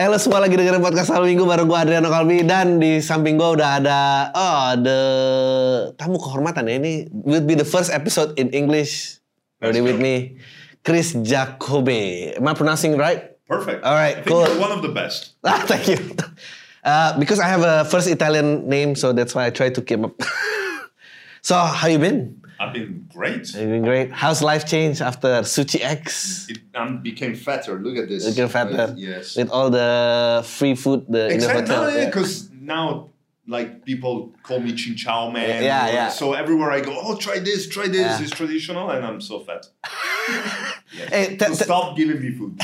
Eh lo semua lagi dengerin podcast Hal Minggu bareng gue Adriano Kalbi dan di samping gue udah ada oh the tamu kehormatan ya ini would be the first episode in English already with me Chris Jacobe. Am I pronouncing right? Perfect. All right, I think cool. You're one of the best. Ah, thank you. Uh, because I have a first Italian name, so that's why I try to keep up. so how you been? I've been great. You been great. How's life changed after Suchi X? It, um, became fatter. Look at this. Looking fatter. Uh, yes. With all the free food the, in the hotel. exactly. yeah. Because now, like, people call me Chin Chow Man. Yeah, yeah. So everywhere I go, oh, try this, try this. Yeah. It's traditional, and I'm so fat. Eh, te- te- So stop giving me food.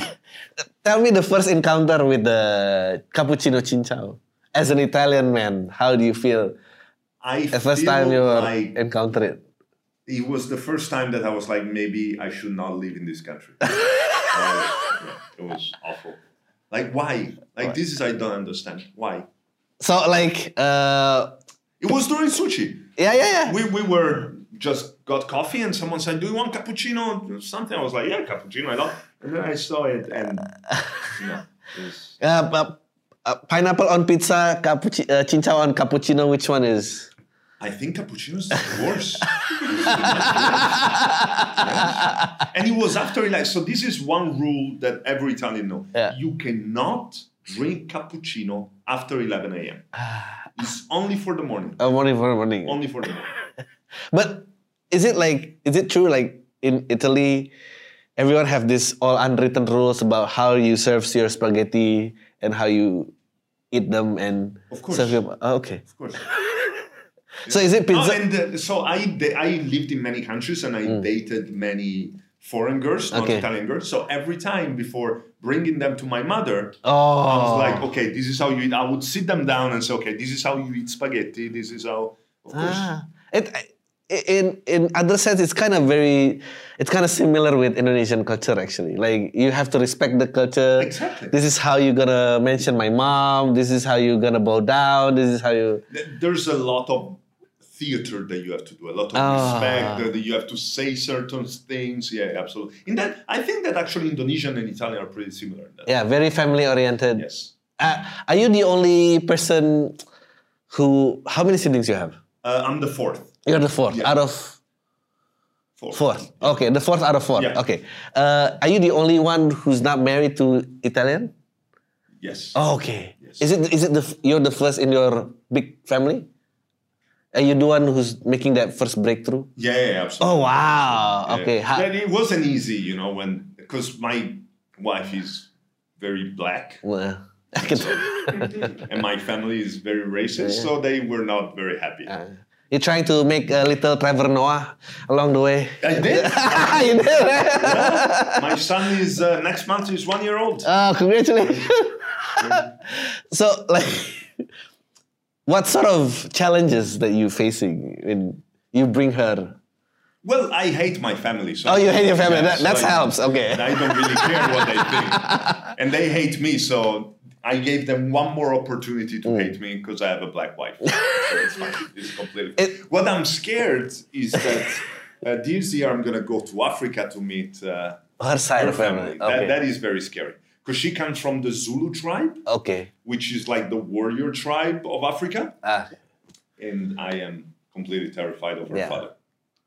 Tell me the first encounter with the cappuccino cincau. As an Italian man, how do you feel I the first feel time you were like encounter it? it was the first time that I was like, maybe I should not live in this country. Uh, yeah, it was awful. Like, why? Like, this is I don't understand. Why? So like, uh, It was during sushi. yeah, yeah, yeah. we we were just got coffee and someone said, "Do you want cappuccino?" Something I was like, "Yeah, cappuccino." I love. And then I saw it and no, it was- Uh, pa- uh, pineapple on pizza, cappucci- uh, cincau on cappuccino. Which one is? I think cappuccino is worse. Yes. And it was after like so. This is one rule that every Italian know. Yeah. You cannot drink cappuccino after 11 a.m. It's only for the morning. Uh, morning, morning, morning. Only for the morning. But is it like? Is it true? Like in Italy, everyone have this all unwritten rules about how you serve your spaghetti and how you eat them and Of course. serve your- oh, okay. Of course. So is it No, pizza? and uh, so I da- I lived in many countries and I dated many foreign girls, not Okay. Italian girls. So every time before bringing them to my mother, oh, I was like, okay, this is how you eat. I would sit them down and say, okay, this is how you eat spaghetti. This is how, of course. Ah. It, in in other sense, it's kind of very, it's kind of similar with Indonesian culture actually. Like you have to respect the culture. Exactly. This is how you're gonna mention my mom. This is how you're gonna bow down. This is how you. Th- There's a lot of theater that you have to do, a lot of Ah. respect, that- that you have to say certain things. Yeah, absolutely. In that, I think that actually Indonesian and Italian are pretty similar. in that. Yeah, very family oriented. Yes. Uh, are you the only person who? How many siblings you have? Uh, I'm the fourth. You're the fourth Yeah. out of Fourth. fourth. Okay, the fourth out of four. Yeah. Okay. Uh, are you the only one who's not married to Italian? Yes. Oh, okay. Yes. Is it is it the you're the first in your big family? Are you the one who's making that first breakthrough? Yeah, yeah, absolutely. Oh wow. Yeah. Okay. Ha- But it wasn't easy, you know, when because my wife is very black Well, I can- and my family is very racist, so they were not very happy. Ah. You're trying to make a little Trevor Noah along the way. I did. you did. my son is uh, next month is one year old. Oh, congratulations. so like what sort of challenges that you facing when you bring her? Well, I hate my family. So Oh, you hate your family. Yeah, that that so I- helps. Okay. I don't really care what they think, and they hate me. So I gave them one more Mm. opportunity to hate me because I have a black wife. so it's fine. It's completely. It- what I'm scared is that uh, this year I'm gonna go to Africa to meet uh, Her side her of family. family. Okay. That, that is very scary because she comes from the Zulu tribe, okay. which is like the warrior tribe of Africa, Ah. and I am completely terrified of her Yeah. father.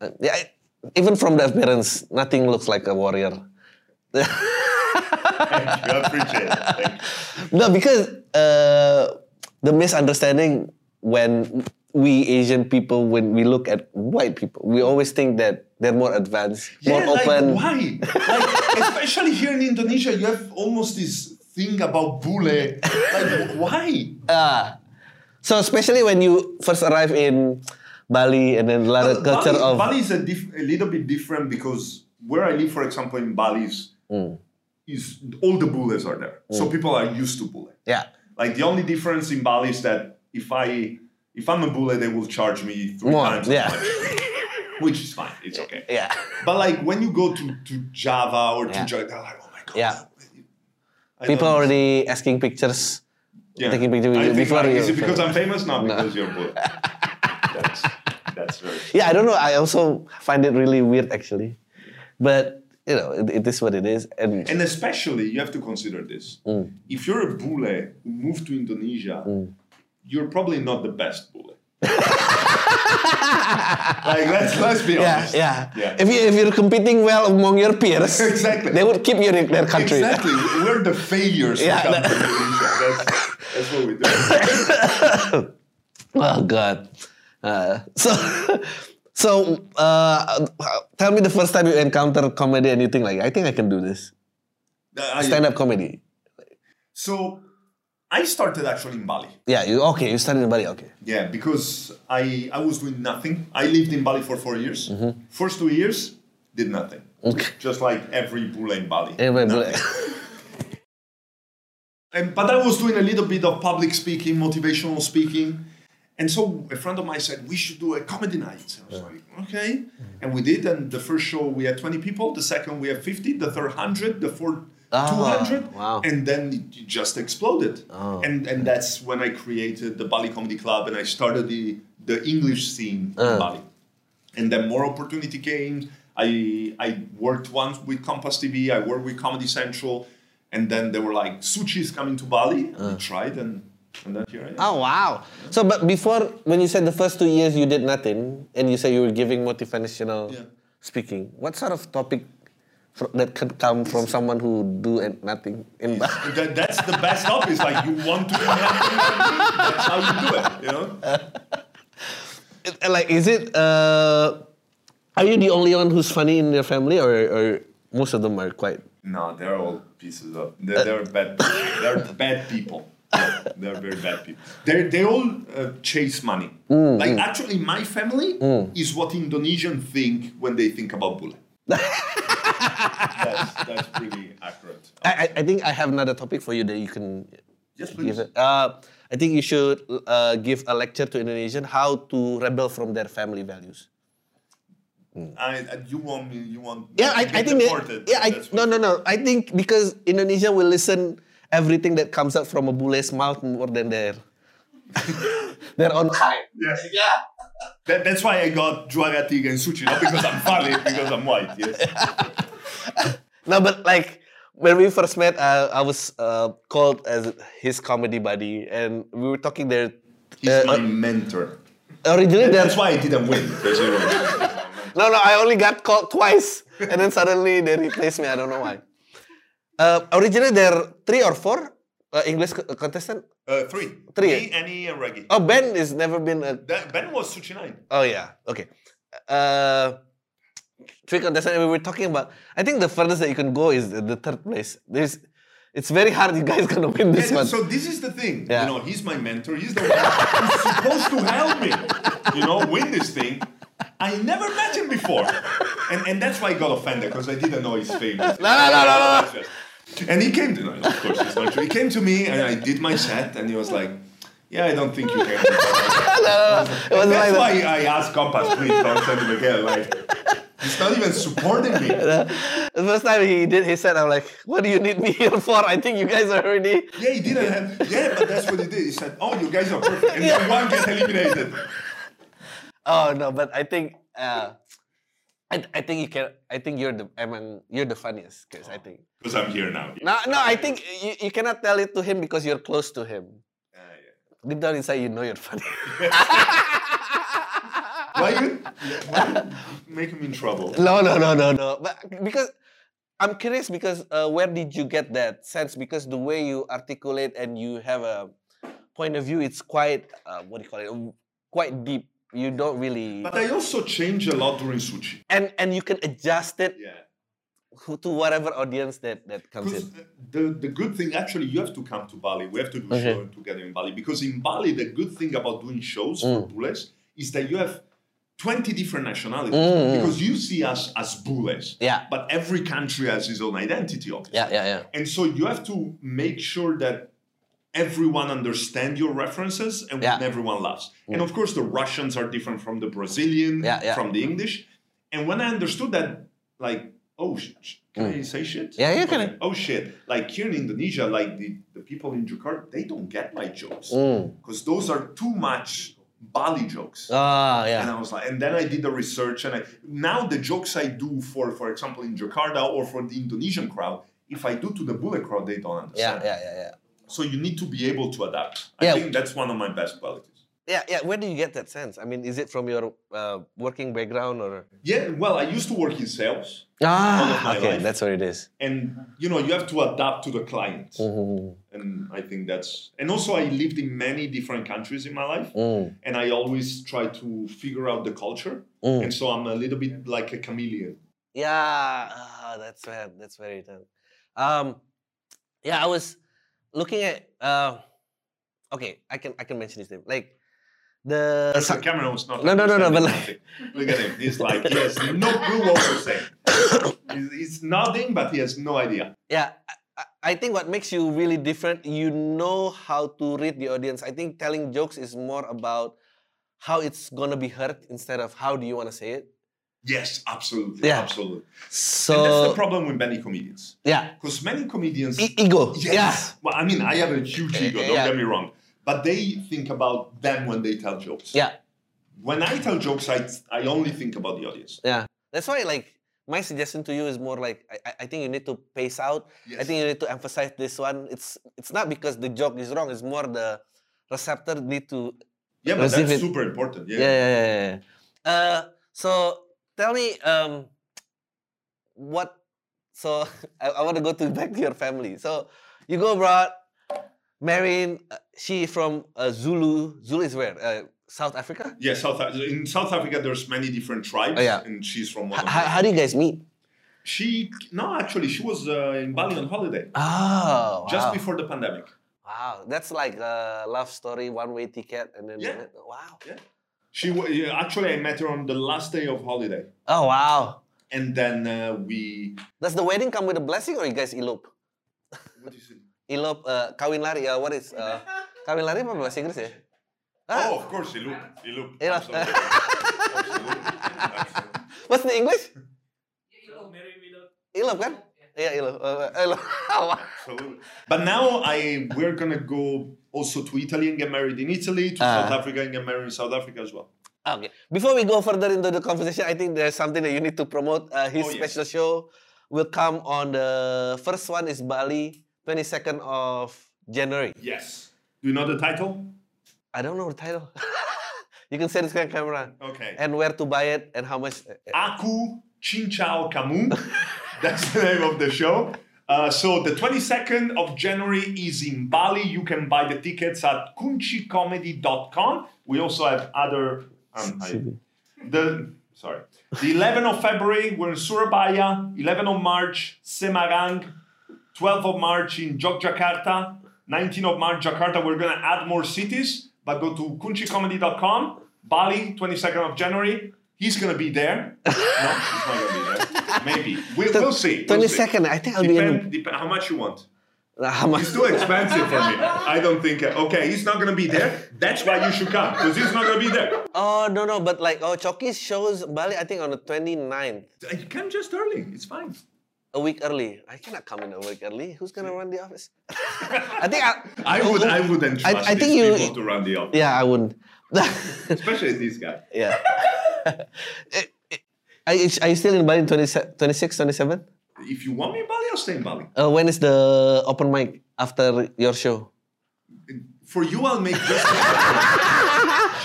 Uh, yeah, I- even from the appearance, nothing looks like a warrior. Thank you, I appreciate it. Thank you. No, because uh, the misunderstanding when we Asian people, when we look at white people, we always think that they're more advanced, Yeah, more open. Like, why? Like, especially here in Indonesia, you have almost this thing about bule. Like, why? Ah. so especially when you first arrive in Bali and then a lot of culture of Uh, Bali, Bali is a, diff- a little bit different because where I live, for example, in Bali is, Mm. is all the bules are there. So people are used to bule. yeah, Like the only difference in Bali is that if I if I'm a bule, they will charge me three more times as yeah, much, which is fine. It's okay. yeah. But like when you go to, to Java or Yeah. to Java, they're like, oh my god. Yeah. I People don't- already asking pictures. Yeah. taking picture I with- think, before like, you- is it because I'm famous? No, because you're good. that's that's very. Yeah, I don't know. I also find it really weird actually. But you know, it, it is what it is. And, And especially, you have to consider this. Mm. If you're a bule who moved to Indonesia, you're probably not the best bule. like, let's, let's be yeah, honest. yeah, Yeah. If you if you're competing well among your peers, Exactly. they would keep you in their country. Exactly. We're the failures Yeah, who come that- to Indonesia. That's, that's what we do. Oh God. Uh, so, so uh, tell me the first time you encounter comedy and you think like, I think I can do this I- stand up comedy. So, I started actually in Bali. Yeah, you okay? You started in Bali, okay? Yeah, because I, I was doing nothing. I lived in Bali for four years. First two years, did nothing. Okay. Just like every bule in Bali. Anyway, Nothing. And, but I was doing a little bit of public speaking, motivational speaking. And so a friend of mine said, we should do a comedy night. And I was like, okay. And we did. And the first show, we had 20 people. The second, we had 50. The third, 100. The fourth, Ah, 200. wow. Oh, And then it just exploded. And, and that's when I created the Bali Comedy Club and I started the, the English scene Ah. in Bali. And then more opportunity came. I, I worked once with Compass TV, I worked with Comedy Central. And then they were like, Suchi is coming to Bali. I tried and, and then here I am. oh wow! So, but before when you said the first two years you did nothing, and you say you were giving motivational Yeah. speaking, what sort of topic fro- that could come from someone who do and nothing in Bali? That, that's the best option. It's like you want to be happy, that's how you do it, you know? It- like is it uh are you the only one who's funny in your family or, or most of them are quite No, they're all pieces of. Uh, They're, they're bad. They're bad people. Yeah, they're very bad people. They they all uh, chase money. Mm, like actually, my family is what Indonesian think when they think about bullet. that's, that's pretty accurate. I, I- I think i have another topic for you that you can Yes, give please. it uh, i think you should uh, give a lecture to indonesian how to rebel from their family values I, I- you want me? You want? yeah i, to I get think that, deported, yeah I, that's no what- no no i think because indonesia will listen everything that comes out from a bule's mouth more than their their own hype Yes. That, that's why I got Juaratiga and Suchi, not because I'm funny, because I'm white. Yes. No, but like when we first met, uh, I was uh, called as his comedy buddy, and we were talking there. He's uh, my mentor. originally, That's there's why I didn't win. That's what- no, no. I only got called twice, and then suddenly they replaced me. I don't know why. Uh, originally, there are three or four uh, English co- contestant. Uh, three. Three. Me, Annie, and Reggie. Oh, Ben has never been a. That- ben was Suchi 9. Oh yeah, okay. Uh, three contestants. and We were talking about. I think the furthest that you can go is the, the third place. There's, it's very hard. You guys gonna win this one. And so this is the thing. Yeah. You know, he's my mentor. He's the one who's supposed to help me, you know, win this thing. I never met him before. And, and that's why I got offended, because I didn't know his fame. No, no, no, no, no. And he came to no, of course, it's not true. He came to me and I did my set and he was like, yeah, I don't think you can. it was like That's that. why I asked Compass, please don't send him again. Like, he's not even supporting me. The first time he did his set, I'm like, what do you need me here for? I think you guys are already. Yeah, he didn't have. Yeah, but that's what he did. He said, "Oh, you guys are perfect," and then one gets eliminated. Oh no, but I think uh, I, I think you can. I think you're the I mean, you're the funniest because I think. Because I'm here now. No, no, I think you, you cannot tell it to him because you're close to him. Yeah, yeah. Deep down inside, you know you're funny. Why you? Why you making me in trouble? no, no, no, no, no. But because I'm curious because uh, where did you get that sense? Because the way you articulate and you have a point of view, it's quite uh, what do you call it? Quite deep. You don't really But I also changed a lot during sushi. and and you can adjust it Yeah. who- to whatever audience that that comes Because uh, in. the, the good thing, actually, you have to come to Bali. We have to do Okay. show together in Bali. Because in Bali, the good thing about doing shows for Mm. Bules is that you have 20 different nationalities. Mm. Because you see us as Bules. Yeah. But every country has its own identity, obviously. Yeah, yeah, yeah. And so you have to make sure that everyone understands your references and Yeah. when everyone laughs. And of course, the Russians are different from the Brazilian, Yeah, yeah. from the English. And when I understood that, like, oh, sh- sh- can I say shit? Mm. Yeah, yeah, can I? Okay. Oh, shit. Like here in Indonesia, Mm. like the, the people in Jakarta, they don't get my jokes because those are too much Bali jokes. Ah, And yeah. I was like, and then I did the research, and I now the jokes I do for, for example, in Jakarta or for the Indonesian crowd, if I do to the bullet crowd, they don't Yeah, understand. yeah, yeah, yeah. So you need to be able to adapt. I Yeah. think that's one of my best qualities. Yeah, yeah. Where do you get that sense? I mean, is it from your uh, working background or? Yeah, well, I used to work in sales, Ah, my okay, life. that's what it is. and you know you have to adapt to the client, Mhm. and I think that's. And also, I lived in many different countries in my life, Mm. and I always try to figure out the culture, Mm. and so I'm a little bit like a chameleon. Yeah, ah, that's where that's where it is. Um, yeah, I was looking at. Uh, okay, I can I can mention his name. Like the The camera was not. No, no, no, no, but understanding nothing. look at him. He's like he has no clue what we're saying. He's, he's nodding, but he has no idea. yeah. I- I, I think what makes you really different, you know how to read the audience. I think telling jokes is more about how it's gonna be heard instead of how do you want to say it. Yes, absolutely, Yeah. absolutely. and that's the So problem with many comedians, yeah, because many comedians. E- ego. Yes. Well, I mean, I have a huge ego. Don't Yeah. get me wrong, but they think about them when they tell jokes. Yeah, yeah, When I tell jokes, I I only think about the audience. yeah. That's why like. My suggestion to you is more like I- I, I think you need to pace out I Yes. think you need to emphasize this one. It's it's not because the joke is wrong. It's more the receptor need to. yeah, but Receive it. that's super important. Yeah. Yeah, yeah, yeah. yeah, yeah. Uh, so tell me, um, what? So I, I want to go to back to your family. So you go abroad, marrying. Uh, she from uh, Zulu. Zulu is where? Uh, South Africa. Yeah, South Af- in South Africa there's many different tribes, Oh, yeah. and she's from H- one. of how, them. how do you guys meet? She no, actually, she was uh, in Bali on holiday Oh, just wow. before the pandemic. wow, that's like a love story, one way ticket, and then Yeah. wow. Yeah, she wa- yeah, actually I met her on the last day of holiday, Oh wow. and then uh, we. Does the wedding come with a blessing, or you guys elope? What is it? elope uh, kawin lari ya what is uh, kawin lari apa bahasa Inggris ya Ah. Oh, of course, you look, you look. Ilup. Absolutely. Absolutely. Absolutely. what's the English Mary Wheeler. elope kan iya elope uh, elope Absolutely. But now I we're gonna go also to Italy and get married in Italy, to Ah. South Africa and get married in South Africa as well. okay before we go further into the conversation I think there's something that you need to promote uh, his Oh, yes. special show will come on the first one is Bali 22nd of January Yes. Do you know the title? I don't know the title you can say this on camera Okay. and where to buy it and how much eh, Aku Chinchao Kamu. That's the name of the show. Uh, so the 22nd of January is in Bali. You can buy the tickets at kunchicomedy.com. We also have other. Um, I- the sorry. The 11th of February we're in Surabaya. 11th of March Semarang. 12th of March in Yogyakarta. 19th of March Jakarta. We're gonna add more cities, but go to kunchicomedy.com. Bali 22nd of January. He's gonna be there. No, he's not gonna be there. Maybe we, we'll see. We'll see. 22nd I think I'll be in Depend, depend how much you want. Nah, how much It's too expensive for me. I don't think. uh, Okay, he's not gonna be there. That's why you should come because he's not gonna be there. Oh no no, but like oh Choki's shows Bali I think on the 29th, You come just early. It's fine. a week early. I cannot come in a week early. Who's gonna run the office? I think I, Hmm. I would. I wouldn't I- trust I think these you- people to run the office, Yeah, I wouldn't. especially this guy. yeah. Eh, eh, Are you, are you still in Bali 26, 27? If you want me in Bali, I'll stay in Bali. Uh, when is the open mic after your show? For you, I'll make just.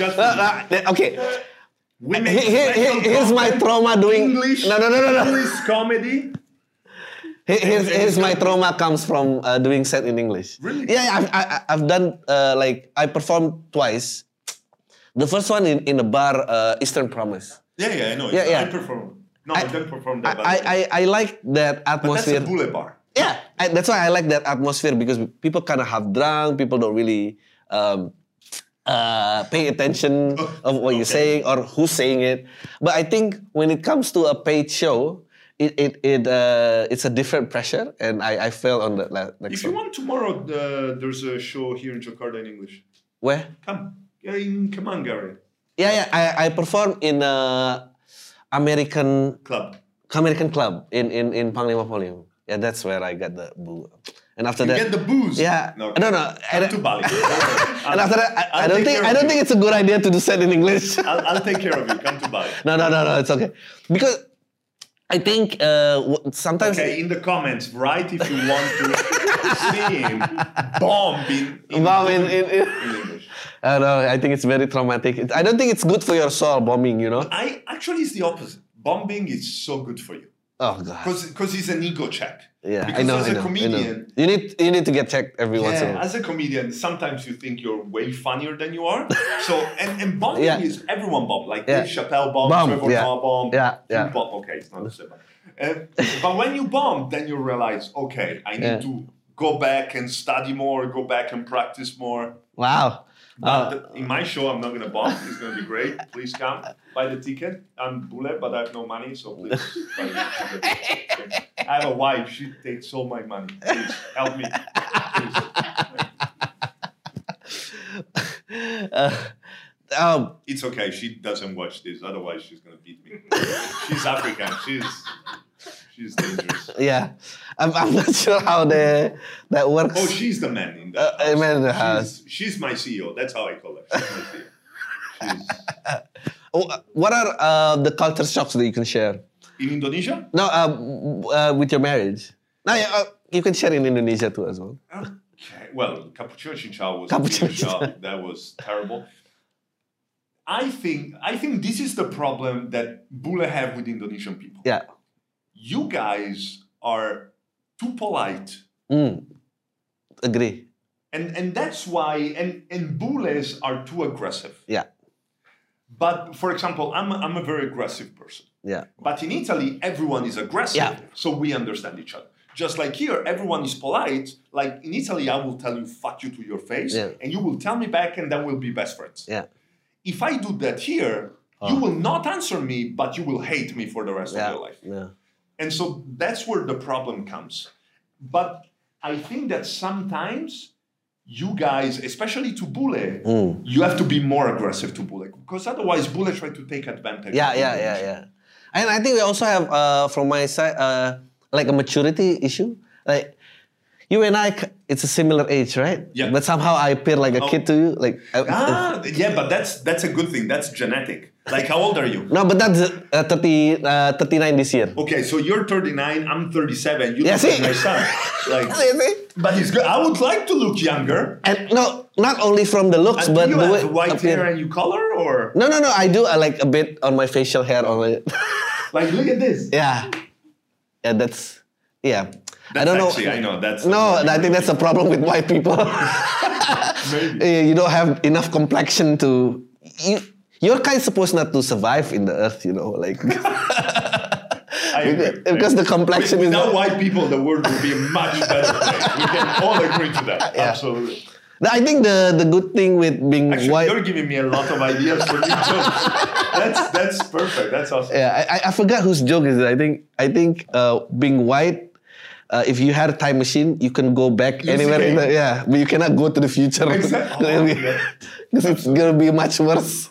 just Uh, uh, eh, okay, we make Here- here- here- special here's my content, trauma doing. English. No, no, no, no, no. English comedy. Here- here's, here's my trauma comes from uh, doing set in English. Really? Yeah, yeah, I've, I, I- I've done uh, like I performed twice. The first one in, in a bar, uh, Eastern Promise. Yeah, yeah, I know. Yeah, yeah. I perform. No, I, don't perform that. I, I, I like that but that's a atmosphere. bullet bar. yeah, I, that's why I like that atmosphere because people kind of have drunk, people don't really um, uh, pay attention of what you're saying or who's saying it. But I think when it comes to a paid show, it it, it uh, it's a different pressure, and I, I fell on that la- next If you one. want tomorrow, uh, there's a show here in Jakarta in English. Where? Come, yeah, in Kamangari Yeah, yeah. I, I perform in a American Club. American club in in in Panglima Polium. Yeah, that's where I got the boo. And after You that, get the booze. Yeah, No, no, no. Come and- to Bali. and after that, I, I don't think I don't think It's... it's a good idea to do set in English. I'll, I'll take care of you. Come to Bali. no, no, no, no. It's okay because I think uh, w- sometimes Okay, in the comments, write if you want to see him bomb in, Bomb in- in- in- in English. I don't know. I think it's very traumatic. It- I don't think it's good for your soul bombing. You know? I actually it's the opposite. Bombing is so good for you Oh god. because it's an ego check. Yeah, because I know. as I know, a I know. comedian, You need you need to get checked every once in a yeah, while. as a comedian, sometimes you think you're way funnier than you are. So and, and bombing Yeah. is everyone bomb, like Yeah. Dave Chappelle bomb, Bomb, Trevor yeah. Noah bomb, Yeah, you yeah. bomb. Okay, it's not the same. Uh, but when you bomb, then you realize, okay, I need Yeah. to go back and study more, go back and practice more. Wow. But Uh, the- in my show, I'm not gonna bomb. It's gonna be great. Please come buy the ticket. I'm Bule, but I have no money, so please. buy the ticket. I have a wife. She takes all my money. Please help me. Please. uh, um, It's okay. She doesn't watch this. Otherwise, she's gonna beat me. she's African. She's she's dangerous. yeah, I'm, I'm not sure how the that works. Oh, she's the man in the Uh, I mean, the house. She's, she's my CEO. That's how I call her. She's my E CEO. She's, Wh- Oh, What are uh, the culture shocks that you can share? in Indonesia, No, uh, w- uh, with your marriage. No, yeah, uh, you can share in Indonesia too as well. Okay. Well, cappuccino chinchao was Cappuccino a job. That was terrible. I think I think this is the problem that Bule have with Indonesian people. Yeah. You guys are too polite. Mm. Agree. And and that's why and, and Bules are too aggressive. Yeah. But for example, I'm a, I'm a very aggressive person. Yeah. But in Italy, everyone is aggressive, Yeah. so we understand each other. Just like here, everyone is polite. Like in Italy, I will tell you "fuck you" to your face, Yeah. and you will tell me back, and then we'll be best friends. Yeah. Ah. If I do that here, you will not answer me, but you will hate me for the rest Yeah. of your life. Yeah. And so that's where the problem comes. But I think that sometimes you guys, especially to Bule, Hmm. you have to be more aggressive to Bule because otherwise Bule try to take advantage. Yeah, of yeah, you. yeah, yeah. And I think we also have, uh, from my side, uh, like a maturity issue. Like you and I, c- it's a similar age, right? Yeah. But somehow I appear like a Oh. kid to you. Like I- Ah, yeah, but that's that's a good thing. That's genetic. Like, how old are you? no, but that's uh, 30, uh, 39 this year. Okay, so you're 39. I'm 37. You Yeah, look like see? my son. Like, Oh, Is it? but he's good. I would like to look younger. And no, not only from the looks, Do but Uh, you the way have white appear- hair and you color, or No, no, no. I do uh, like a bit on my facial hair on it. like look at this. yeah. Yeah, that's yeah. I That's don't actually- know. I know, that's- no. I think that's a problem with white people. Maybe. Eh, you don't have enough complexion to you. Your kind supposed not to survive in the earth, you know, like I agree. because the complexion is Without not. white people, the world would be a much better place. We can all agree to that. Absolutely. I think the the good thing with being Actually, white. you're giving me a lot of ideas for new jokes. That's that's perfect. That's awesome. Yeah, I- I, I forgot whose joke is it. I think I think uh, being white, uh, if you had a time machine, you can go back Yes, anywhere. you In can. the, yeah, but you cannot go to the future. Exactly. Oh, yeah. Because it's gonna be much worse.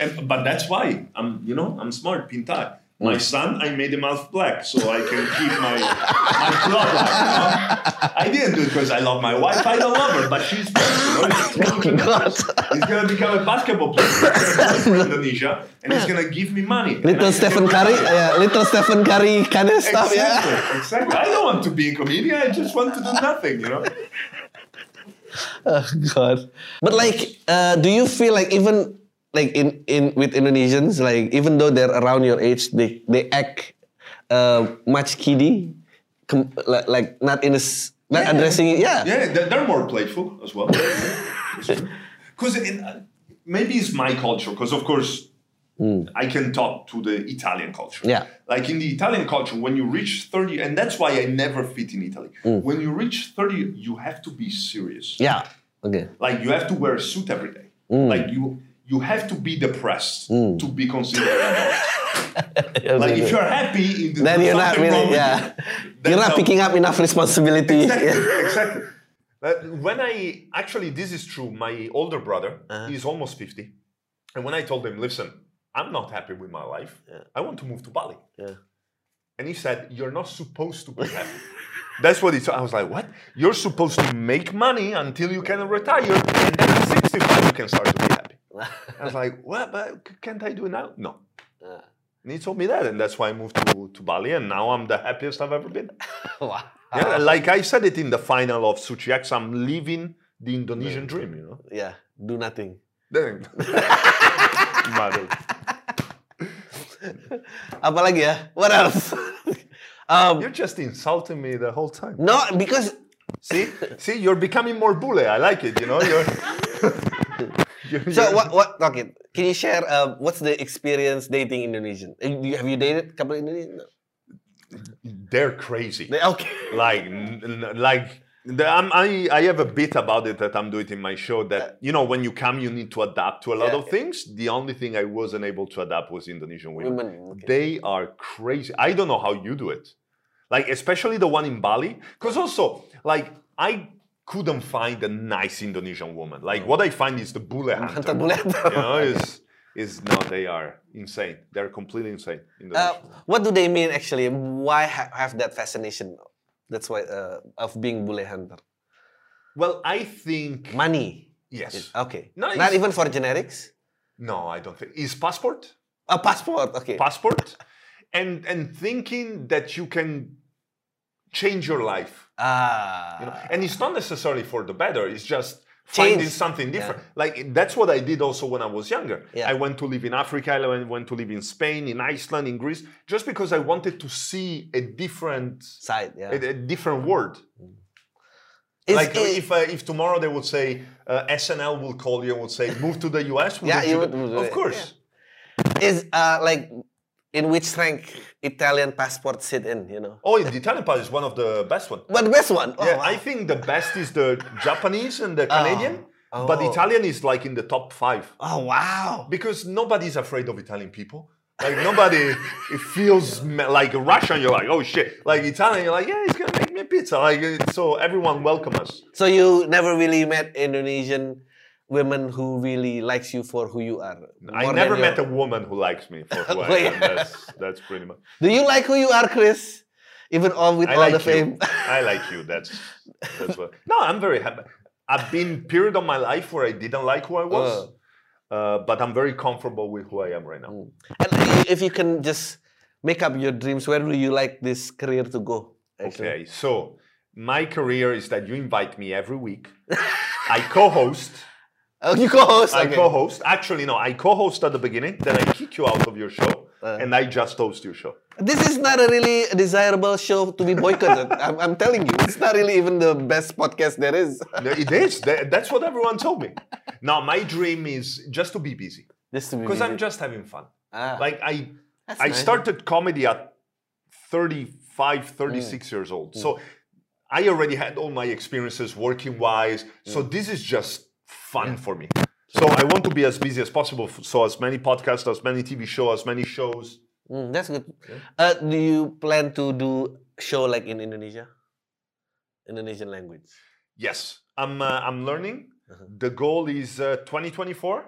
And, but that's why I'm, you know, I'm smart, Pintar. My Mm. son, I made him half black so I can keep my my bloodline. you know? I didn't do it because I love my wife. I don't love her, but she's black. You know? It's true. Oh, God. He's gonna become a basketball player He's gonna play for Indonesia, and he's gonna give me money. And I Little can Stephen Curry, retire. yeah, little Stephen Curry kind of stuff. Exactly, Yeah. exactly. I don't want to be a comedian. I just want to do nothing, you know. Oh God. But like, uh, do you feel like even like in in with Indonesians, like even though they're around your age, they they act uh, much kiddy, com- like, like not in a s- not Yeah. addressing it. Yeah. Yeah, they're, they're more playful as well. Because uh, maybe it's my culture. Because of course, I can talk to the Italian culture. Hmm. Yeah. Like in the Italian culture, when you reach thirty, and that's why I never fit in Italy. When you reach thirty, you have to be serious. Hmm. Yeah. Hmm. Okay. Like you have to wear a suit every day. Like you you have to be depressed Hmm. to be considered an adult. like if you're happy, in the, then you're not something wrong really with yeah. you. You're That's not how- picking up enough responsibility. Yeah. exactly. exactly. But when I actually, this is true. My older brother, Uh-huh. he's almost fifty, and when I told him, "Listen, I'm not happy with my life. I want to move to Bali," Yeah. and he said, "You're not supposed to be happy. That's what it's. I was like, what? You're supposed to make money until you can retire, and then at 65 you can start to be happy. I was like, what? But c- can't I do it now? No. And he told me that, and that's why I moved to, to Bali, and now I'm the happiest I've ever been. Wow. Yeah, like I said it in the final of Suchiaks, I'm living the Indonesian dream, you know. Yeah, do nothing. Then, Matter. Apalagi ya? What else? um, You're just insulting me the whole time. no, because See, see, you're becoming more bule. I like it. You know, you're. you're- so you're- what? What? Okay, can you share uh, what's the experience dating Indonesian? Uh, do you- Have you dated a couple of Indonesian? No. They're crazy. They- Okay. Like, n- n- like. The, I'm, I I have a bit about it that I'm doing in my show that you know when you come you need to adapt to a lot Uh, Yeah, of things. The only thing I wasn't able to adapt was Indonesian women. Women. Okay. They are crazy. I don't know how you do it. Like, especially the one in Bali. Because also, like, I couldn't find a nice Indonesian woman. Like, what I find is the bullet hunter. Hunter bullet. you know, is, is no, they are insane. They're completely insane. Uh, Indonesian. what do they mean actually? Why ha- have that fascination? That's why uh, of being bule hunter. well, I think. Money. yes. Okay. No, Not it's- even for generics. no, I don't think. Is passport? A passport. Okay. Passport? and, and thinking that you can change your life. ah. you know? and it's not necessarily for the better it's just finding Change. something different like that's what i did also when i was younger Yeah. i went to live in africa i went- went to live in spain in iceland in greece just because i wanted to see a different Side. Yeah. a, a different world It's- like it- if uh, if tomorrow they would say uh, SNL will call you and would say move to the US, Yeah, you you would- would do of it, course. is uh, like in which rank Italian passport sit in, you know? Oh, the Italian part is one of the best one. But best one. Oh, yeah, wow. I think the best is the Japanese and the Canadian, but Oh. Italian is like in the top five. oh wow. because nobody's afraid of Italian people. Like nobody, it feels me- like Russian. You're like, oh shit. Like Italian, you're like, yeah, he's gonna make me a pizza. Like it's- so, everyone welcome us. So you never really met Indonesian women who really likes you for who you are. I More never than met a your- woman who likes me for who I Well, am. yeah. That's, that's pretty much. Do you like who you are, Chris? Even all with I all like the you. fame. I like you. That's that's what. No, I'm very happy. I've been period of my life where I didn't like who I was, uh, but I'm very comfortable with who I am right now. and i- if you can just make up your dreams, where do you like this career to go? Actually? Okay, so my career is that you invite me every week. I co-host. Oh, you co-host. I okay. co-host. Actually, no, I co-host at the beginning. Then I kick you out of your show, and I just host your show. This is not a really desirable show to be boycotted. I'm, I'm telling you, it's not really even the best podcast there is. No, It is. That- That's what everyone told me. Now my dream is just to be busy Just to be because I'm busy. just having fun. Ah. Like I, That's I nice. started comedy at 35, 36 Mm. years old. So I already had all my experiences working wise. Mm. So this is just fun for me. So I want to be as busy as possible. f- So as many podcasts, as many TV shows, as many shows. Mm, that's good. Uh, do you plan to do show like in Indonesia? Indonesian language. Yes, I'm. Uh, I'm learning. Uh-huh. The goal is uh, 2024.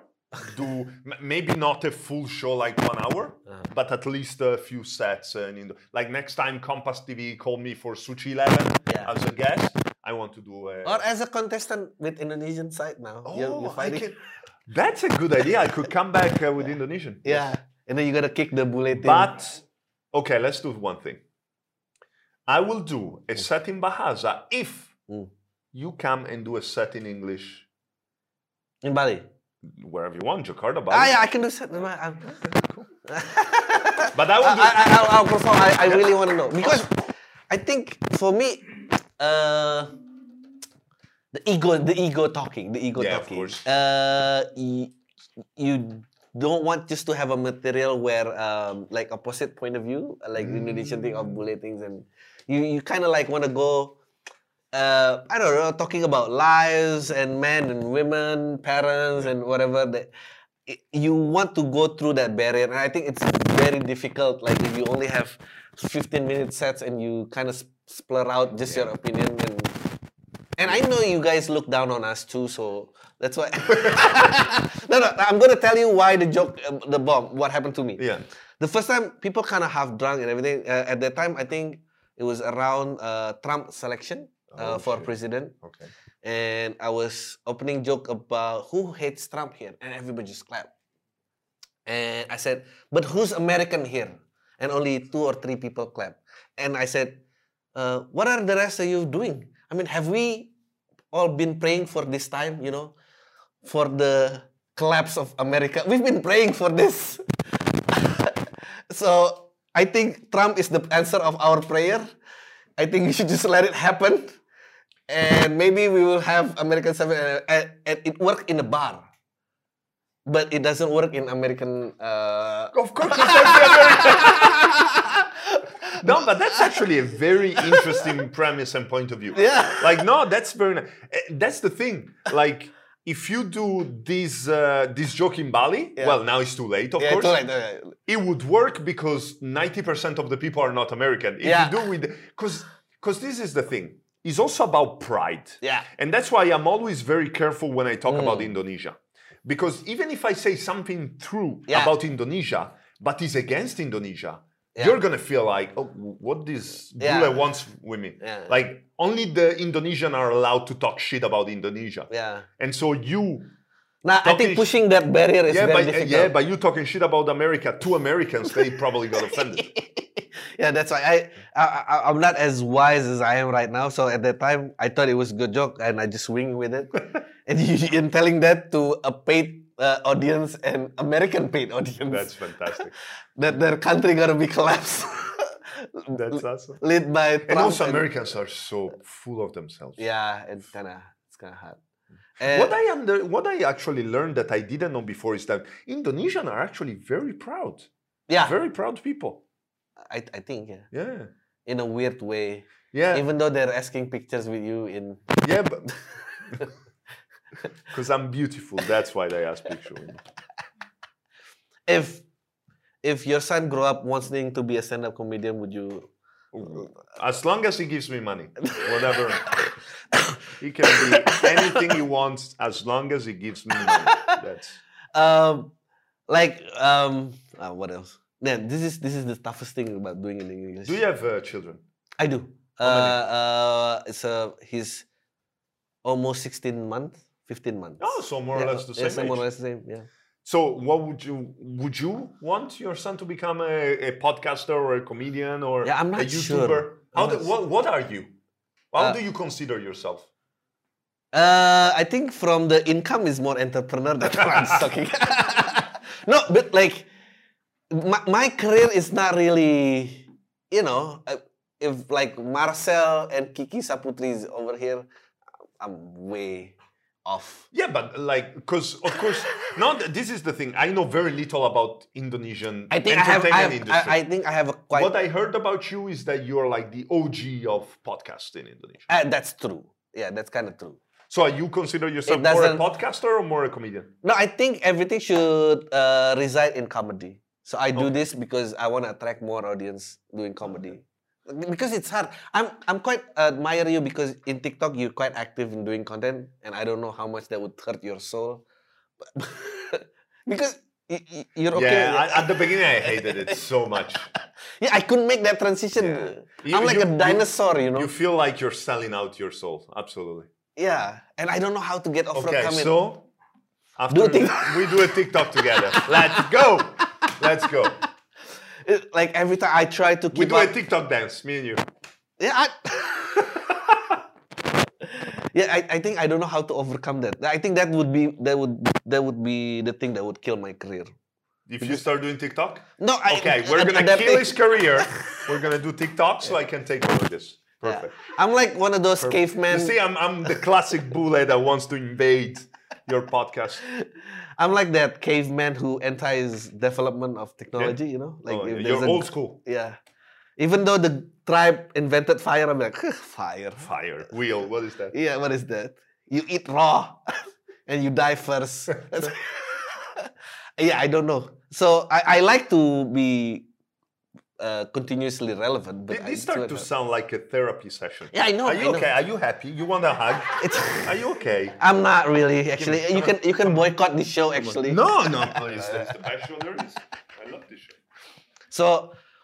Do m- maybe not a full show like one hour, Uh-huh. but at least a few sets. And in like next time, Compass TV call me for Suchi Eleven Yeah. as a guest. I want to do a. Or as a contestant with Indonesian side now. oh, You're- you're I fighting- can, that's a good idea. I could come back uh, with Indonesian. Yeah. And then you gotta kick the bullet. But okay, let's do one thing. I will do a set in Bahasa if Mm. you come and do a set in English in Bali. wherever you want, Jakarta, Bali. Ah, yeah, I can do set. no, I- I'm- But I will I, do. I, I'll, I'll perform. I, I really want to know because I think for me, uh, the ego, the ego talking, the ego Yeah, of talking. course. Uh, you, you don't want just to have a material where um, like opposite point of view, like the Indonesian thing Mm. of bullet things, and you you kind of like want to go. Uh, I don't know, talking about lives and men and women, parents and whatever that i- you want to go through that barrier and i think it's very difficult like if you only have 15 minute sets and you kind of splur out just your opinion and and i know you guys look down on us too so that's why no no i'm gonna tell you why the joke uh, the bomb what happened to me Yeah. the first time people kind of half drunk and everything uh, at that time i think It was around uh, Trump selection uh, Oh, for shit. president, Okay. and I was opening joke about who hates Trump here, and everybody just clapped. And I said, "But who's American here?" And only two or three people clapped. And I said, uh, "What are the rest of you doing? I mean, have we all been praying for this time? You know, for the collapse of America. We've been praying for this." So I think Trump is the answer of our prayer. I think we should just let it happen, and maybe we will have American seven. uh, And, and it worked in a bar, but it doesn't work in American. Uh, Of course, it's actually American. no, but that's actually a very interesting premise and point of view. Yeah. Like, no, that's very nice. That's the thing. Like, if you do this uh, this joke in Bali, Yeah. well, now it's too late, of yeah, course. it's alright, alright. It would work because ninety percent of the people are not American. If Yeah. you do with, because because this is the thing. It's also about pride. Yeah. And that's why I'm always very careful when I talk about Mm. Indonesia. Because even if I say something true Yeah. about Indonesia, but is against Indonesia, Yeah. you're gonna feel like, oh, what this Yeah. Bule wants with me. Yeah. Like only the Indonesian are allowed to talk shit about Indonesia. Yeah. And so you Now I think Turkish- pushing that barrier is yeah, very by, difficult. yeah, by you talking shit about America to Americans, they probably got offended. yeah, that's why I, I, I I'm not as wise as I am right now. So at that time, I thought it was a good joke, and I just wing with it. and you, in telling that to a paid uh, audience and American paid audience, That's fantastic. that their country gonna be collapsed, That's awesome. led by Trump And also Americans are so full of themselves. Yeah, it's kind of it's kind of hard. And What I under, what I actually learned that I didn't know before is that Indonesians are actually very proud, yeah, very proud people. I, I think yeah, Yeah, in a weird way, yeah, even though they're asking pictures with you in. yeah. Because I'm beautiful, that's why they ask picture. with me. if if your son grow up wanting to be a stand-up comedian would you As long as he gives me money, whatever. he can be anything he wants as long as he gives me money. That's um like um uh, what else then this is this is the toughest thing about doing it in english Do you have uh, children? i do uh, uh it's a he's almost 16 months 15 months Oh, so more or Yeah, less the yeah, same so more or age. less the same yeah So, what would you would you want your son to become a, a podcaster or a comedian or Yeah, I'm a not sure. YouTuber? How I'm do, not what, what are you? How Uh, do you consider yourself? Uh, I think from the income is more entrepreneur than I'm talking. no, but like my, my career is not really, you know, uh, if like Marcel and Kiki Saputri is over here, I'm way off. Yeah, but like, because of course, no. th- This is the thing. I know very little about Indonesian I think I have, entertainment I, have industry. I, I think I have a quite. what I heard about you is that you're like the OG of podcasts in Indonesia. uh, that's true. Yeah, that's kind of true. So, you consider yourself It more a doesn't- podcaster or more a comedian? No, I think everything should uh, reside in comedy. So I do this because I want to attract more audience doing comedy. Because it's hard. I'm I'm quite admire you because in TikTok you're quite active in doing content, and I don't know how much that would hurt your soul. because y- y- you're okay. Yeah. I- at the beginning, I hated it so much. Yeah, I couldn't make that transition. You- I'm like a you- you- dinosaur, you, know. You feel like you're selling out your soul. Absolutely. yeah, and I don't know how to get Okay, overcome it. so Do after a tick- we do a TikTok together. Let's go. Let's go. It- Like every time I try to keep We do up, a TikTok dance, me and you. Yeah, I, yeah. I, I think I don't know how to overcome that. I think that would be that would that would be the thing that would kill my career. If you start doing TikTok, No, I okay, we're ad- gonna kill adapting- his career. We're gonna do TikTok so I can take over this. Yeah. Perfect. I'm like one of those You cavemen. see, I'm, I'm the classic bullet that wants to invade your podcast. I'm like that caveman who antis development of technology. You know, like Oh, if you're there's a- old school. Yeah, even though the tribe invented fire, I'm like fire. Fire. Wheel. What is that? Yeah, what is that? You eat raw and you die first. That's- yeah, I don't know. So I, I like to be uh, continuously relevant, but Did this I start to still- sound like a therapy session? Yeah, I know, Are I you know. okay? Are you happy? You want a hug? It's- Are you okay? I'm not really actually. come You on, can you can boycott the show actually. No, no, please. That's the passion there is. I love this show. So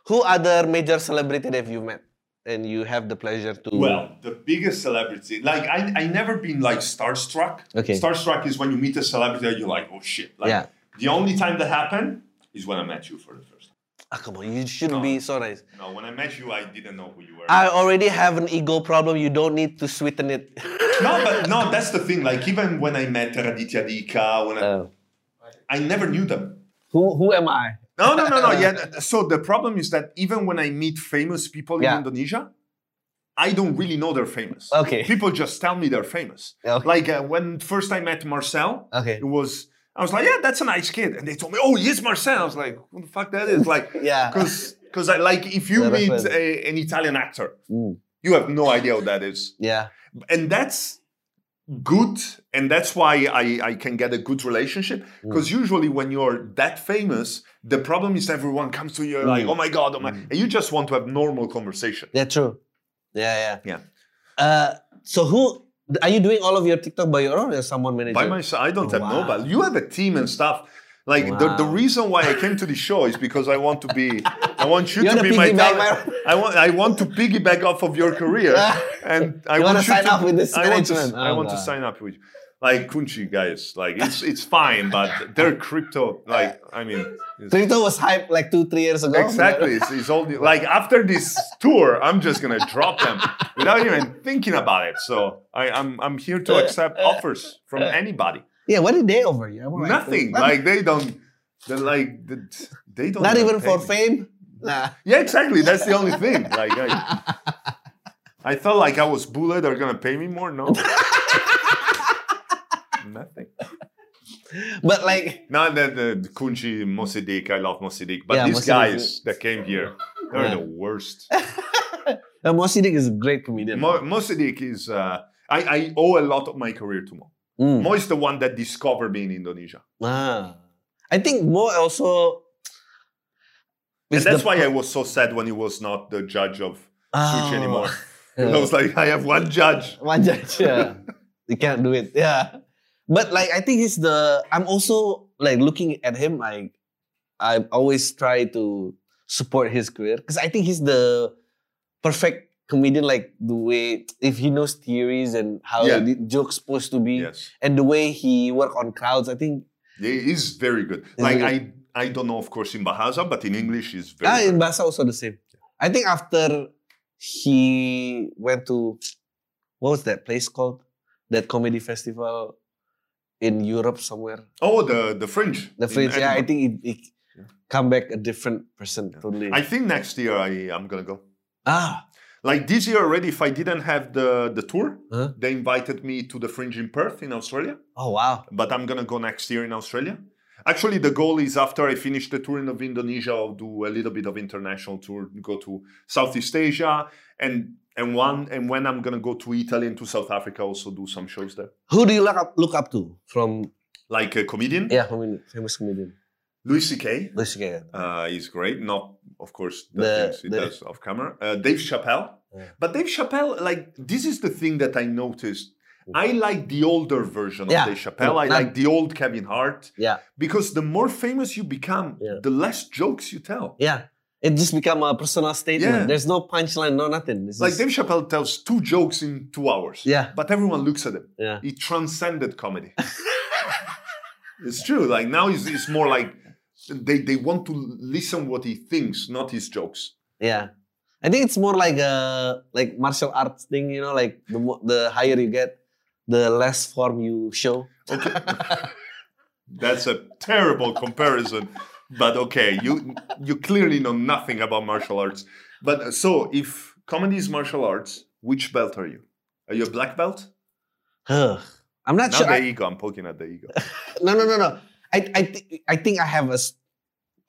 who other major celebrity that you met and you have the pleasure to Well, the biggest celebrity, like I, I never been like starstruck. Okay. Starstruck is when you meet a celebrity and you're like, oh shit. Like, Yeah. The only time that happened is when I met you for the first time. Ah, come on, you shouldn't be so nice. No, when I met you, I didn't know who you were. I already have an ego problem. You don't need to sweeten it. no, but no, that's the thing. Like even when I met Raditya Dika, when I, Oh. I never knew them. who who am I? No, no, no, no. Yeah. So the problem is that even when I meet famous people Yeah. in Indonesia, I don't really know they're famous. Okay. People just tell me they're famous. Okay. Like uh, when first I met Marcel, Okay. it was I was like, yeah, that's a nice kid, and they told me, oh, he's Marcel. I was like, who the fuck that is? Like, Yeah. because because I like if you Yeah, that's meet right. a, an Italian actor, Mm. you have no idea who that is. Yeah. and that's good and that's why i, I can get a good relationship because usually when you're that famous the problem is everyone comes to you like oh my god oh my and you just want to have normal conversation Yeah. True. Yeah. yeah Yeah. Uh, so who are you doing all of your TikTok by your own or someone managing? by myself i don't have Wow. nobody you have a team and stuff like the, the Wow. reason why i came to the show is because i want to be i want you You to wanna be my piggyback talent. my- i want i want to piggyback off of your career Yeah. and i You wanna want you sign to up with this i want to, management? I Oh, want to God. sign up with you like kunchi guys like it's it's fine but they're crypto like i mean it's- Crypto was hype like two three years ago. Exactly, it's, it's all new. like after this tour, I'm just gonna drop them without even thinking about it. So I, I'm I'm here to accept offers from anybody. Yeah. What did they offer you? I want, like, Nothing. what- Like they don't. They're like th- they don't. not even pay for me. fame. Nah. Yeah, exactly. That's the only thing. Like I, I felt like I was bullied. They're gonna pay me more. No. Nothing. But like, Not that the Kunchi Mosidik. I love Mosidik. But Yeah, these Mossadegh guys is- that came here, they're Yeah. the worst. uh, Mosidik is a great comedian. Mo- Mosidik is. Uh, I, I owe a lot of my career to Mo. Mm. Mo is the one that discovered me in Indonesia. Ah. I think Mo also. And is that's the- why I was so sad when he was not the judge of Oh. Suchi anymore. Yeah. I was like, I have one judge. One judge, yeah. you can't do it, yeah. But like, I think he's the. I'm also like looking at him. Like, I always try to support his career because I think he's the perfect comedian. Like the way if he knows theories and how Yeah. the joke's supposed to be, Yes. and the way he work on crowds. I think He- He's very good. He's Like very I, I don't know, of course, in Bahasa, but in English, he's very. ah, in good. Bahasa also the same. I think after he went to what was that place called? That comedy festival in Europe somewhere. Oh, the the Fringe. The in fridge, yeah, I Edinburgh. think it, it come back a different person totally. I think next year I I'm gonna go. ah, Like this year already, if I didn't have the the tour, Huh? they invited me to the Fringe in Perth in Australia. oh wow, But I'm gonna go next year in Australia. Actually, the goal is after I finish the tour in of Indonesia, I'll do a little bit of international tour, go to Southeast Asia, and and one and when I'm gonna go to Italy and to South Africa, also do some shows there. who do you look up look up to from? Like a comedian, Yeah, comedian, famous comedian. Louis C.K. Let's see again. uh, is great. Not, of course, the, The- things he the- does off camera. Uh, Dave Chappelle. Yeah. But Dave Chappelle, like, this is the thing that I noticed. I like the older version Yeah. of Dave Chappelle. I Yeah. like the old Kevin Hart Yeah, because the more famous you become, Yeah. the less jokes you tell. yeah. It just become a personal statement. Yeah. There's no punchline, no nothing. It's Like just- Dave Chappelle tells two jokes in two hours. Yeah. But everyone looks at him. Yeah. He transcended comedy. it's true. Like now it's, it's more like they, they want to listen what he thinks, not his jokes. Yeah. I think it's more like a like martial arts thing, you know, like the mo- the higher you get, the less form you show. That's a terrible comparison, but okay, you you clearly know nothing about martial arts. But uh, so, if comedy is martial arts, which belt are you? Are you a black belt? Huh. I'm not Not sure. the I- ego. I'm poking at the ego. no, no, no, no. I I thi- I think I have a s-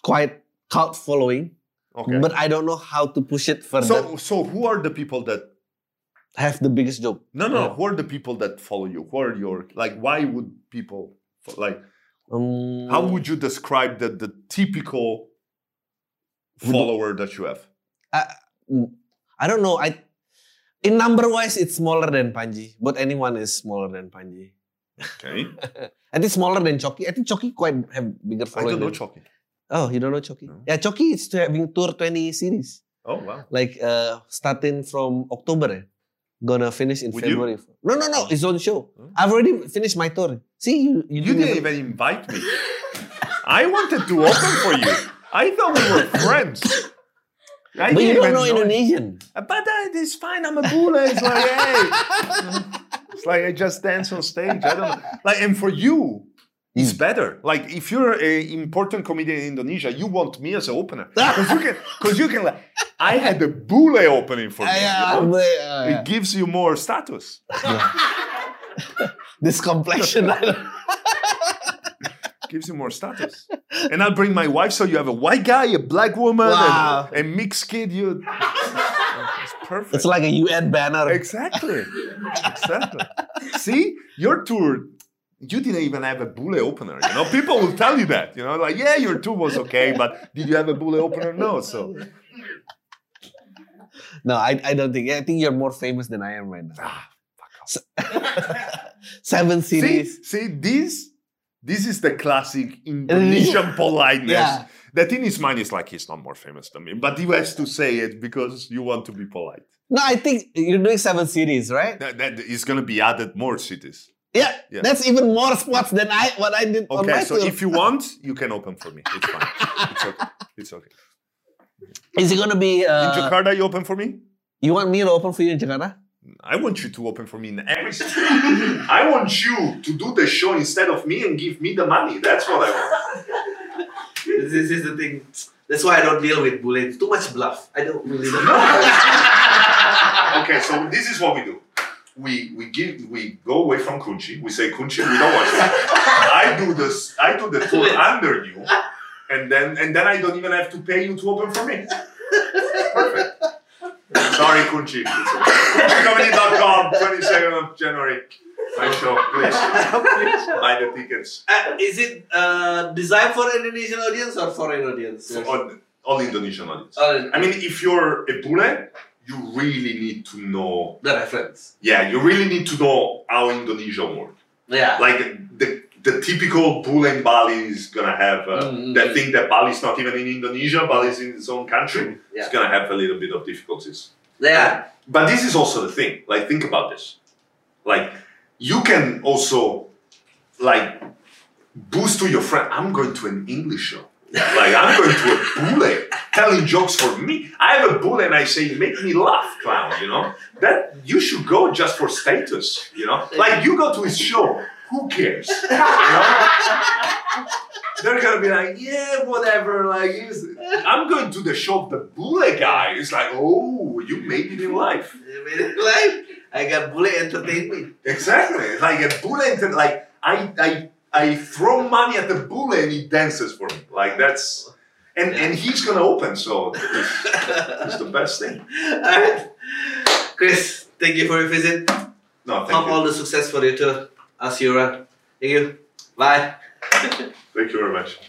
quite cult following, Okay. but I don't know how to push it further. so, so who are the people that? have the biggest joke. No, no. Yeah. Who are the people that follow you? Who are your like? Why would people fo- like? Um, How would you describe the the typical follower that you have? Mm, I don't know. I in number wise, it's smaller than Panji, but anyone is smaller than Panji. Okay. I think smaller than Chucky. I think Chucky quite have bigger I following. don't know than- Chalky. Oh, you don't know Chucky? No. Yeah, Chucky is to having tour 20 series. Oh wow. Like uh, starting from October, eh? gonna finish in Would you? Oh. February. No, no, no, it's on show. I've already finished my tour. See, you, you, You didn't even invite me. I wanted to open for you. I thought we were friends. I But you didn't don't even know it. Indonesian. But uh, it's fine. I'm a bula. It's like, hey. it's like I just dance on stage. I don't like. And for you, it's better. Like if you're an important comedian in Indonesia, you want me as an opener because you can. Because you can. Like, I had a bule opening for you. Yeah, you know? but, uh, It gives you more status. This complexion. gives you more status. And I'll bring my wife, so you have a white guy, a black woman, Wow. and a mixed kid. You, it's perfect. it's like a UN banner. Exactly. exactly. See, your tour, you didn't even have a bullet opener. You know, people will tell you that. You know, like, yeah, your tour was okay, but did you have a bullet opener? No. So No, I, I don't think. I think you're more famous than I am right now. ah, Seven see, series. see, this, this is the classic Indonesian politeness. Yeah. That in his mind is like he's not more famous than me, but he has to say it because you want to be polite. No, I think you're doing seven series, right? That, that is going to be added more cities. Yeah, Yeah. that's even more spots than I what I did on my Okay, so tour. if you want, you can open for me. It's fine. It's okay. It's okay. Is it gonna be? In Uh, Jakarta, you open for me? you want me to open for you in Jakarta? I want you to open for me in every city. I want you to do the show instead of me and give me the money. That's what I want. This, this is the thing. That's why I don't deal with bullets. Too much bluff. I don't really know. Okay, so this is what we do. We we give we go away from Kunchi. We say Kunchi, we don't want you. I do this. I do the tour under you, and then and then I don't even have to pay you to open for me. Perfect. Sorry, Kunchi. Comedy.com, 22nd of January. My show, please. Buy the tickets. Uh, is it uh, designed for an Indonesian audience or foreign audience? On, all Indonesian audience. Uh, I mean, if you're a bule, you really need to know. the reference. Yeah, you really need to know how Indonesia works. Yeah. Like the the typical bule in Bali is gonna have uh, Mm, mm, that mm. thing that Bali's not even in Indonesia. Bali's in its own country. It's Yeah. gonna have a little bit of difficulties. yeah. But this is also the thing. Like, think about this. Like, you can also like boost to your friend. I'm going to an English show. Like, I'm going to a bule telling jokes for me. I have a bule and I say, make me laugh, clown. You know that you should go just for status. You know, like you go to his show. Who cares? You know? They're gonna be like, yeah, whatever. Like, he's- I'm going to the show of the bule guy. It's like, oh, you made it in life. like, I got bullet entertainment. Exactly. Like a bullet. Like I, I, I throw money at the bullet and he dances for me. Like that's, and and he's gonna open. So it's, it's the best thing. Alright. Chris, thank you for your visit. No, thank Hope you. all the success for you too. As you run. Thank you. Bye. Thank you very much.